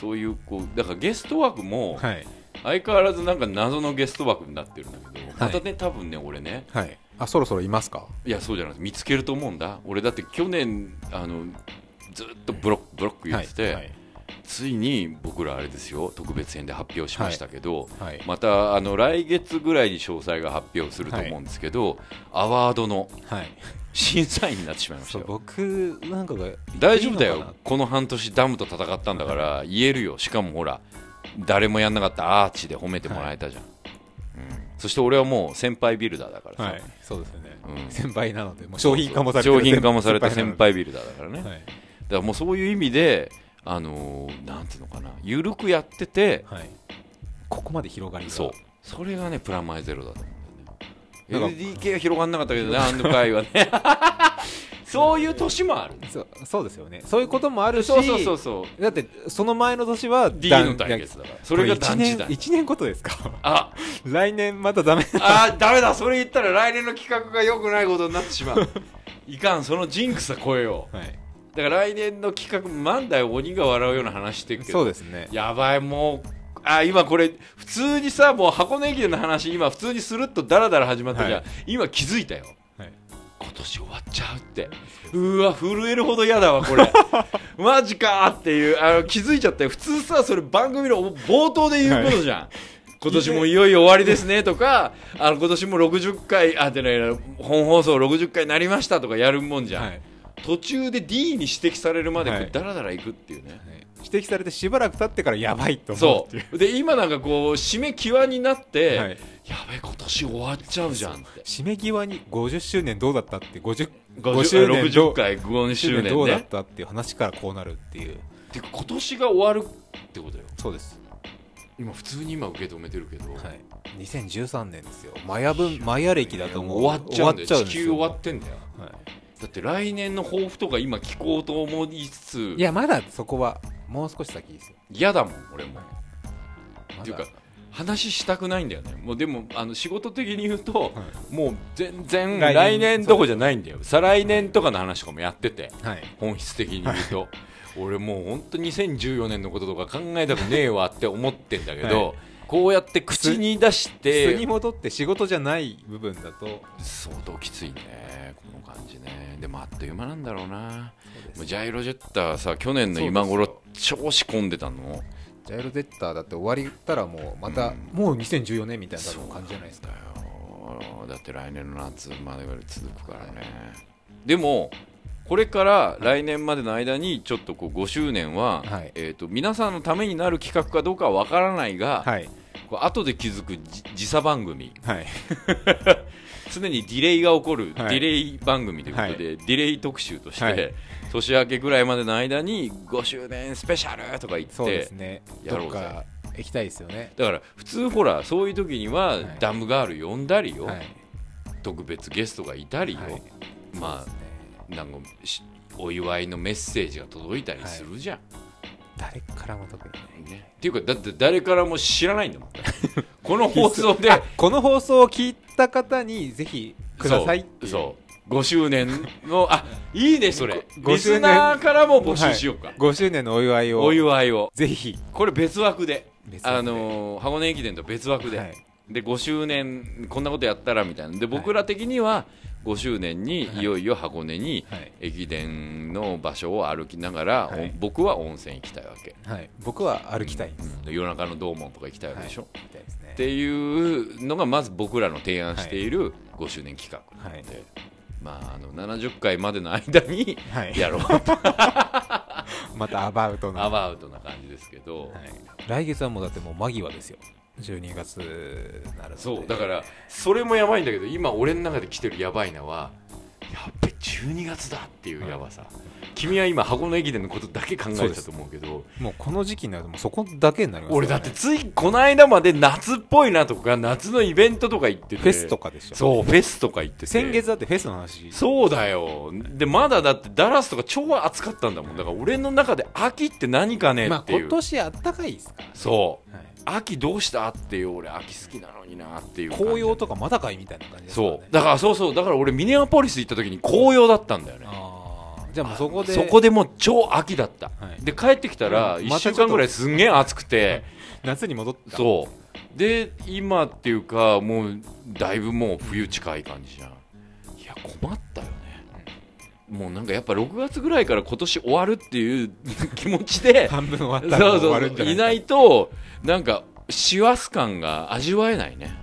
そういうこうだからゲスト枠も
はい
相変わらずなんか謎のゲスト枠になってるんだけど、また
は
ね多分ね俺ね、
はいあそろそろいますか
いやそうじゃない見つけると思うんだ俺だって去年あのずっとブロックブロック言ってて、
はい
ついに僕らあれですよ特別編で発表しましたけど、
はいはい
またあの来月ぐらいに詳細が発表すると思うんですけど、アワードの
はい
審査員になってしまいました
そう
よ
僕なんかが
大丈夫だよ
いいのかな
この半年ダムと戦ったんだから、言えるよしかもほら誰もやんなかったアーチで褒めてもらえたじゃん、うん、そして俺はもう先輩ビルダーだからさ、
はい、そうですよね、
うん
先輩なので、もう商品化もされて
商品化もされた
なの
先
で
輩ビルダーだからね、
はい
だからもうそういう意味で、あのーなんていうのかな、緩くやってて、
はい、ここまで広がりが
そう、それがね、プラマイゼロだと思うんだ
な
よ
ん
ね
か。
LDK は広がんなかったけどね、あの回 はね。そういう年もある。
そうそうですよね、そういうこともあるし、
そうそうそうそう。
だってその前の年は
D
団
の対決だから。そ
こ
れが
れ1
団地
年
だ。
1年ごとですか、
あ、
来年またダメ
あ、ダメだ。それ言ったら来年の企画が良くないことになってし まう。いかん、そのジンクスは超えよう。
はい、
だから来年の企画、万代鬼が笑うような話してるけど
そう、ですね、
やばい、もう、あ、今これ、普通にさ、もう箱根駅伝の話、今普通にスルッとダラダラ始まったじゃん。
はい
今気づいたよ。
はい、
今年終わっちゃうって。うわ、震えるほど嫌だわ、 これ。マジかっていう、あの、気づいちゃったよ。普通さ、それ番組の冒頭で言うことじゃん。今年もいよいよ終わりですねとか、あの今年も60回、あ、てない、本放送60回になりましたとかやるもんじゃん。
はい
途中で D に指摘されるまで、こ
は
う
い
ダラダラいくっていうね。
指摘されてしばらく経ってからやばいと思う
そ
っていう。
うで今なんかこう締め際になって、
はい
やべえ今年終わっちゃうじゃんって
締め際に50周年どうだったって50
50
5周年ど
60
う
回5周年
どうだっ
ね
たっていう話からこうなるっていう
てか今年が終わるってことよ
そうです
今普通に今受け止めてるけど、
はい、2013年ですよマヤ分マヤ歴だともう
もう終わっちゃうんだよ
終わっ
地球終わってんだよ
はい
だって来年の抱負とか今聞こうと思いつつ
いやまだそこはもう少し先ですよ
嫌だもん俺も、
まだ
っていうか話したくないんだよねもうでもあの仕事的に言うと、もう全然
来年
来年どこじゃないんだよ再来年とかの話とかもやってて
はい
本質的に言うと俺もう本当2014年のこととか考えたくねえわって思ってんだけど、
は
こうやって口に出し
素
て
に戻って仕事じゃない部分だと
相当きついねこの感じねでもあっという間なんだろうな
そうです
もうジャイロジェッターさ去年の今
そう
頃超仕込んでたの
ジャイロゼッターだって終わりたらもうまた、
うん
もう2014年みたいな多
そう
分感じじゃないですか
よだって来年の夏まで続くからねでもこれから来年までの間にちょっとこう5周年は、
はい
えー、と皆さんのためになる企画かどうかは分からないが、
はい
こう後で気づくじ時差番組
はい
常にディレイが起こる、
はい
ディレイ番組ということで、
はい
ディレイ特集として、
はい
年明けぐらいまでの間に5周年スペシャルとか言って
そうですね
やろ
ど
う
っ
ぜ
か行きたいですよね
だから普通ほらそういう時には、
い
ダムガール呼んだりよ、
はい
特別ゲストがいたりよ、
はい
ま
そうですね
あなんかしお祝いのメッセージが届いたりするじゃん、
誰からも特にね
ね、っていうかだって誰からも知らないんだもんこの放送 で
あこの放送を聞いた方にぜひくださいっ
そう
ていう
そう5周年のあいいねそれ
ご
リスナーからも募集しようか、
はい5周年のお祝いを
お祝いを
ぜひ
これ別枠で
別枠で
あのー箱根駅伝と別枠で、
はい
で5周年こんなことやったらみたいなで僕ら的には5周年に
はい
いよいよ箱根に
はい
駅伝の場所を歩きながら、
はい
お僕は温泉行きたいわけ
はい、僕は歩きたいです、
うん夜中の道門とか行きたいわけ
はい
でしょ、
行きたいですね
っていうのがまず僕らの提案している5周年企画
はい
で、まあ、あの70回までの間に
はい
やろう と
またアバウトな
アバウトな感じですけど、
はい、来月はもうだってもう間際ですよ12月なる
そうだからそれもやばいんだけど今俺の中で来てるやばいのはやっべ12月だっていうやばさ、君は今箱根駅伝のことだけ考
そ
え
う
て
で
た
す
と思うけど
もうこの時期になるともうそこだけになりますから
俺
ね
だってついこの間まで夏っぽいなとか夏のイベントとか行ってて
フェスとかでしょ
そうフェスとか行ってて
先月だってフェスの話
そうだよでまだだってダラスとか超暑かったんだもんだから俺の中で秋って何かね
まあ
っていう、
今年あったかいですから、
そう
はい
秋どうしたっていう俺秋好きなのになっていう感じ
紅葉とかまだかいみたいな感じですからね
そうだからそうそうだから俺ミネアポリス行った時に紅葉だったんだよね
あーじゃあもうそこで
そこでもう超秋だった、
はい
で帰ってきたら
うん
1週間ぐらいすんげえ暑くて、
夏に戻った
そうで今っていうかもうだいぶもう冬近い感じじゃんいや困ったよねもうなんかやっぱ6月ぐらいから今年終わるっていう気持ち で
半分終わっ
そう
たらも
そう
終わ
う
るん
そ
じゃ
う
ない
いないとなんか師走感が味わえないね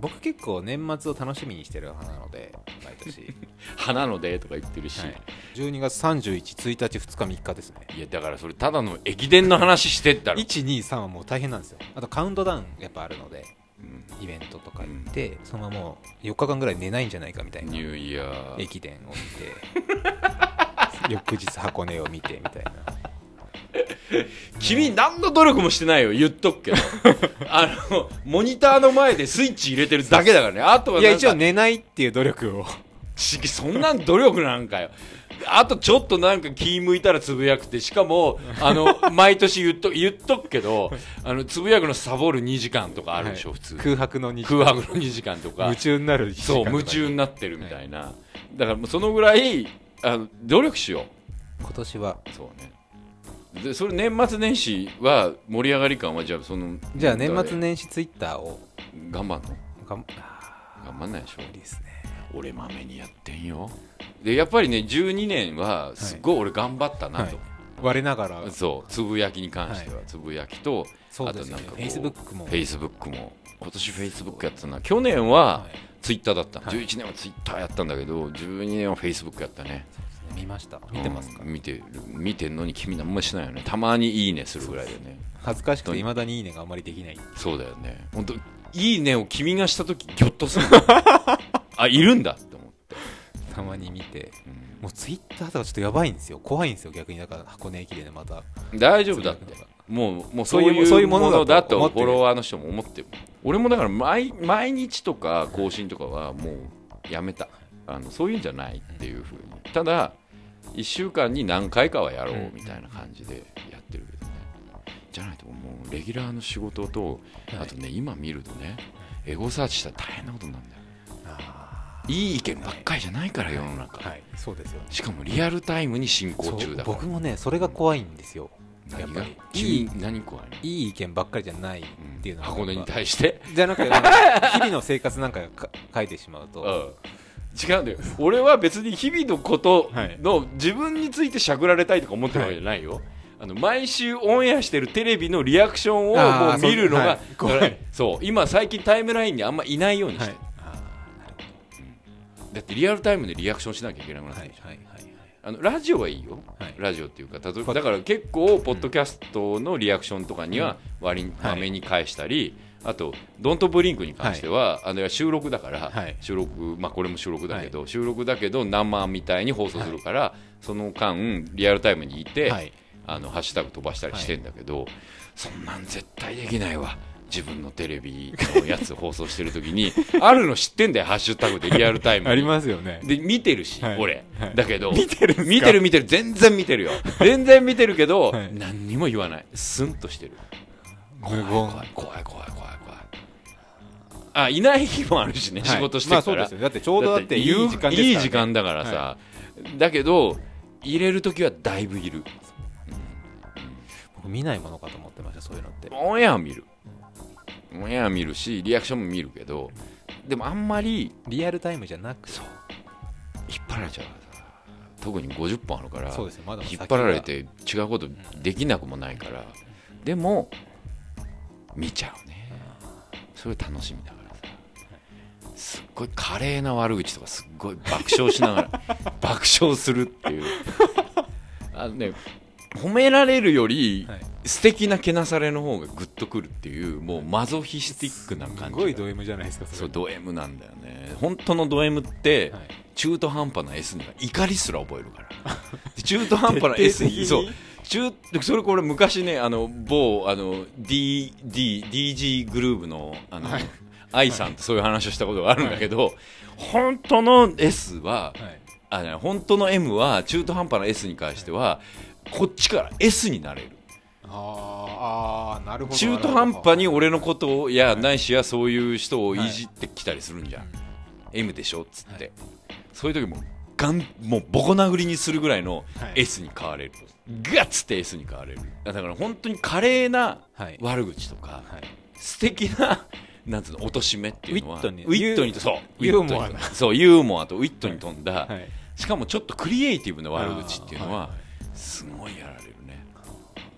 僕結構年末を楽しみにしてる派なので毎年、
花のでとか言ってるし、
はい、12月311日2日3日ですね
いやだからそれただの駅伝の話してったら、
123はもう大変なんですよあとカウントダウンやっぱあるので
うん
イベントとか行って、そのままもう4日間ぐらい寝ないんじゃないかみたいな
ニューイヤー
駅伝を見て 翌日箱根を見てみたいな
君何の努力もしてないよ言っとく けどあのモニターの前でスイッチ入れてるだけだからねあとはい
や
なんか
一応寝ないっていう努力を
ちそんなん努力なんかよあとちょっとなんか気向いたらつぶやくってしかもあ の毎年言っと言っとくけどあのつぶやくのサボる2時間とかあるでしょ、
は
普
い
通
空白の2
空白の2時間とか
夢中になる
そう夢中になってるみたいな、だからもうそのぐらいあの努力しよ
今年は
うそうねでそれ年末年始は盛り上がり感はじゃあその
じゃあ年末年始ツイッターを
頑張んの
がんあ
頑張んないでしょ
ー無理ですね
俺まめにやってんよでやっぱりね12年はすごい俺頑張ったなと、
はい我ながら
そうつぶやきに関しては、つぶやきと
そうですよ
あとなん
ね
かこ
フ
う
ェイスブックも
フェイスブックも今年フェイスブックやってたな去年は
はい
ツイッターだったの、
はい
11年はツイッターやったんだけど12年はフェイスブックやったね
見ました見てますか、
うん見てる見てんのに君何もしないよねたまにいいねするぐらいだよね
恥ずかしくていまだにいいねがあんまりできない
そうだよね本当いいねを君がした時ギョッと するあいるんだって思って、
たまに見て
うん
もうツイッターとかちょっとやばいんですよ怖いんですよ逆にだから箱根駅伝でまた
大丈夫だって
そういうこ
もうもうそ
そうういう
いうも
もの
のだ
だと思
と
って
フ
る
ォロワーの人も思ってる俺もだから毎毎日とか更新とかはもうやめたあのそういうんじゃないっていうふうにただ1週間に何回かはやろうみたいな感じでやってるけどねじゃないともうレギュラーの仕事とあとね今見るとねエゴサーチしたら大変なことになるんだよ
あ
いい意見ばっかりじゃないから世の
ー
中
はいそうですよね
しかもリアルタイムに進行中だ
そう
か
僕もねそれが怖いんですよ
ら
やっ
何
ぱ
が
りい
君
い
何怖いの
いい意見ばっかりじゃないっていうの
うん
が
箱根に対して
じゃなくてなんか日々の 生活なんかか書いてしまうと
うん、違うんだよ俺は別に日々のこと
はい
の自分についてしゃくられたいとか思ってるわけじゃないよ、あの毎週オンエアしてるテレビのリアクションをも
あ
う
ー
見るのが
そうはい
だからそう今最近タイムラインにあんまいないようにしてる、
あーなるほど
だってリアルタイムでリアクションしなきゃいけなくなって
はい
るでしょ、
はいはいはい
あのラジオはいいよ、
はい
ラジオっていうか例えばだから結構ポッドキャストのリアクションとかには割に
はい
まめに返したり、あと「ドントブリンク」に関しては、あの収録だから、
はい
収録、まあ、これも収録だけど、収録だけど生みたいに放送するから、その間リアルタイムにいて、
はい
あのハッシュタグ飛ばしたりしてんだけど、そんなん絶対できないわ自分のテレビのやつ放送してる時にあるの知ってんだよハッシュタグでリアルタイムに
ありますよね
で見てるし、
はい
俺、
はい
だけど
見てるんすか
見てる見てる全然見て るよ全然見てるけど、
はい
何にも言わないスンとしてる
無言
怖い怖い怖い怖い怖い怖いあいない日もあるしね、
はい
仕事してるか
まあ
ら、
そうですよだってちょうどだっていい
言う
時間ですから、ね、
いい時間だからさ、だけど入れる時はだいぶいる
僕見ないものかと思ってましたそういうのって
オンエアは見るオンエアは見るしリアクションも見るけどでもあんまり
リアルタイムじゃなくて
そう引っ張られちゃうからさ特に50本あるから
そうですよまだまだ
引
先
っ
が
張られて違うことできなくもないからでも見ちゃうねそれ楽しみだからさすっごい華麗な悪口とかすっごい爆笑しなが ら爆笑するっていうあのね褒められるより
はい
素敵なけなされの方がグッとくるっていうもうマゾヒスティックな感じが
すごいド M じゃないですかそれ
そうド M なんだよね本当のド M って、
はい
中途半端な S には怒りすら覚えるから中途半端な S
徹底的に
そう中それこれ昔ねあの某あの D D DG グルーブのあの、愛さんとそういう話をしたことがあるんだけど、本当の S は、
はい
あの本当の M は中途半端な S に関しては、こっちから S になれる
あーあーなるほど
中途半端に
なる
俺のことをいやないしやそういう人をいじってきたりするんじゃん、M でしょっつって、そういう時もガンもうボコ殴りにするぐらいの
はい
S に変われる、ガッつって S に変われるだから本当に華麗な
はい
悪口とか、
ほどはい
素敵ななんつうの貶としめっていうのは
ウィットに
ットにとそう
ユーモア
ウィットに
な
とそうユーモアとウィットに富んだ、
はい
しかもちょっとクリエイティブな悪口っていうのは、
あーはい
すごいやられるね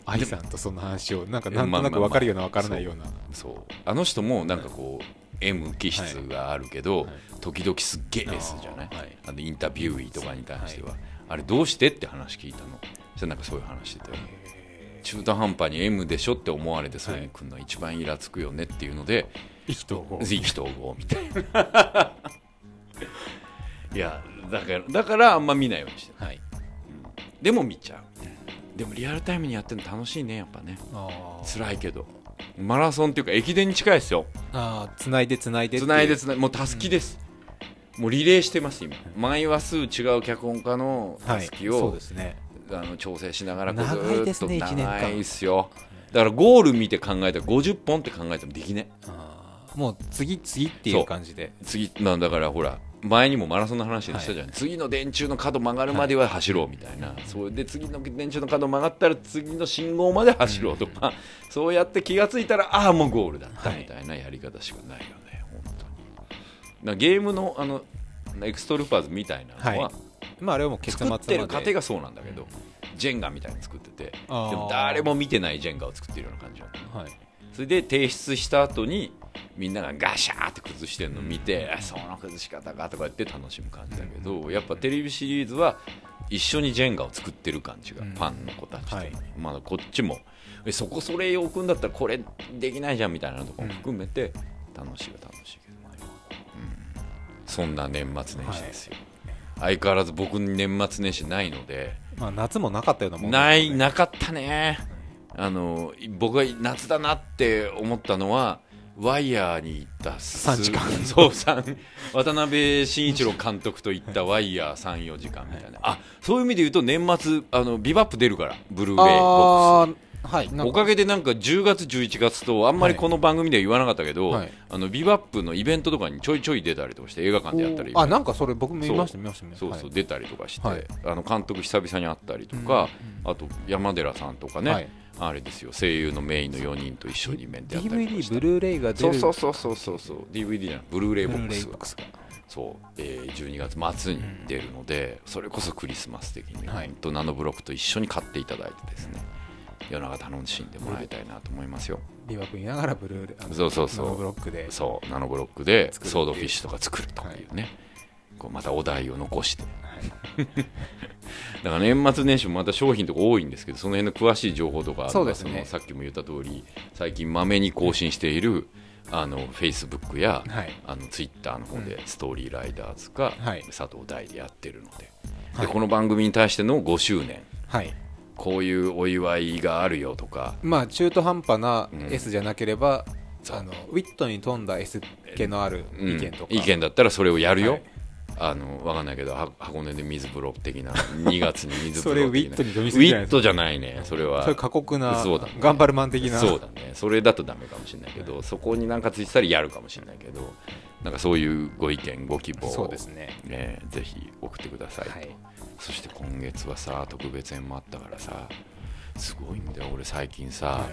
愛さんとその話をなんかなんとなく分かるような分からないような
そうあの人もなんかこう、M 気質があるけど、
はい
時々すっげえ S じゃない
あーはい
あのインタビューイとかに対しては、あれどうしてって話聞いたのそしたらなんかそういう話してたよ中途半端に M でしょって思われてそういうの来るのは一番イラつくよねっていうので
意気投合
意気投合みたいないやだからだからあんま見ないようにしてる
はい
でも見ちゃうでもリアルタイムにやってるの楽しいねやっぱね
あー
辛いけどマラソンっていうか駅伝に近いですよ
あー繋いで繋いでって
つ
う
ないでつないもうたすきです、もうリレーしてます今毎話数違う脚本家のた
はい
すき
そう
を
ですね
あの調整しながらこうず
長いですね
ーっと
一年間
長いですよだからゴール見て考えたら50本って考えてもできね
あーもう次次っていう感じで
次なんだからほら前にもマラソンの話でしたじゃん、次の電柱の角曲がるまでは走ろうみたいな、それで次の電柱の角曲がったら次の信号まで走ろうとか、そうやって気が付いたらああもうゴールだったみたいなやり方しかないよね、本当になゲームのあのエクストルーパーズみたいなのは、
はいまああれはもう結末
作
ま
っ
で
てる過程がそうなんだけど、ジェンガみたいに作っててで
あー
も誰も見てないジェンガを作ってるような感じなの
はい
それで提出した後にみんながガシャーって崩してるのを見て、あその崩し方かとか言って楽しむ感じだけど、やっぱテレビシリーズは一緒にジェンガを作ってる感じが、
うん
ファンの子たちと、
はい
まだこっちもえそこそれを置くんだったらこれできないじゃんみたいなとこも含めて楽しいは楽しいけどね、うんそんな年末年始ですよ、相変わらず僕に年末年始ないので
まあ夏もなかったようなもん
ない
い
なかったねあの僕が夏だなって思ったのはワイヤーに行った3
三時間
そう三渡辺慎一郎監督と行ったワイヤー34時間みたいな、あそういう意味で言うと年末あのビバップ出るからブルーレイボックス
ああはいなんか
おかげでなんか10月11月とあんまりこの番組では言わなかったけど、
はい
あのビバップのイベントとかにちょいちょい出たりとかして映画館でやったり
おーあなんかそれ僕も見ました
そう
見ました見ました
そうそう、
はい
出たりとかして、
はい
あの監督久々に会ったりとか、あと山寺さんとかね、
はい
あれですよ声優のメインの4人と一緒にイベントやったりとかし
DVD
て
ブルーレイが出
そう
る
そうそうそうそうそう DVD じゃないブルーレイボ
ブル
ッ
ー
ク
レイ
ス
ボックスが
そう、えー12月末に出るので、それこそクリスマス的に、
はい
本当ナノブロックと一緒に買っていただいてですね夜中楽しんでもらいたいなと思いますよ
ビバップ見ながらブルーレイあの
そうそうそう
ノーブロックで
そうナノブロックで
作るっていう
ソードフィッシュとか作るというね、こうまたお題を残して だから年末年始もまた商品とか多いんですけどその辺の詳しい情報とか
そうですね
まあそのさっきも言った通り最近まめに更新しているあのフェイスブックや、
はい
あのツイッターの方でストーリーライダーズか、
はい
佐藤大でやってるので,、
はい
でこの番組に対しての5周年
はい
こういうお祝いがあるよとか
まあ中途半端な
うん
S じゃなければ、
そう
あのウィットに富んだ S 系のある
うん
意見とか、
意見だったらそれをやるよ、
はい
あのわかんないけどは箱根で水風呂的な2月 に水風
そ
呂
れウ
的
ィッ
な
トに飲みすぎじゃな
ウィッ
いですか
トじゃないねそれは
そういう過酷な、
そうだね
頑張るマン的な
そうだねそれだとダメかもしれないけど、そこになんかついてたらやるかもしれないけどなんかそういうご意見ご希望を
そうです ね
ねぜひ送ってくださいと、
はい
そして今月はさ特別編もあったからさすごいんだよ俺最近さ、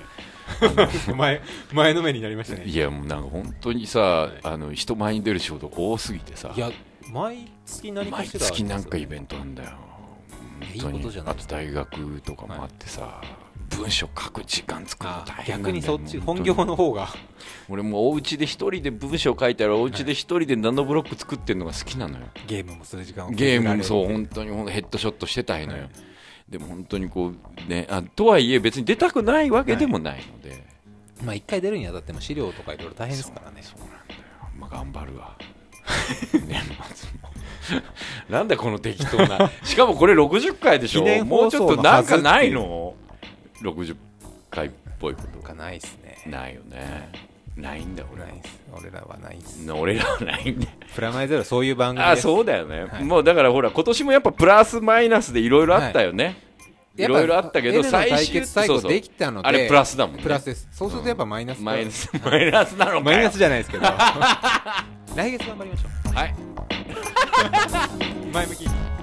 前前のめりになりましたね
い、やもうなんか本当にさ、あの人前に出る仕事多すぎてさ
いや毎月何か
毎
しら
月なんかイベントなんだよ本
いや
当に
いいことじゃない
あと大学とかもあってさ、文章書く時間作るの
あ
大変なんだ
逆
よ
にそっち
本
本
当に
業の方が
俺もうお家で一人で文章書いたらお家で一人でナノブロック作ってるのが好きなのよ、
ゲームもする時間を
ゲームも
削られ
そう
る
本当にほんとヘッドショットしてたいのよ、でも本当にこうねあとはいえ別に出たくないわけでもないので、
まあ一回出るにあたっても資料とかいろいろ大変ですからね
そうなんだよまあ頑張るわ 年末も なんだこの適当なしかもこれ60回でし
記
ょ
念
もう
放
ち
送
ょっと
の
な
は
ん
ずっ
か
ていう
ないの60回っぽいこと
か
が
ないですね
ないよねないんだ俺
ないっす俺らはないっす
ら俺らはない んだよ
プラマイゼロそういう番組
あ
です
そうだよね、
はい
もうだからほら今年もやっぱプラスマイナスでいろいろあったよね、いろいろあったけど
最
最
対
終
決最
そう
後
そう
できたので
あれプラスだもんね
プラスですそうするとやっぱマイナス、
マイナスマイナスなのかよ
マイナスじゃないです けど来月頑張りましょ
はい
前向きに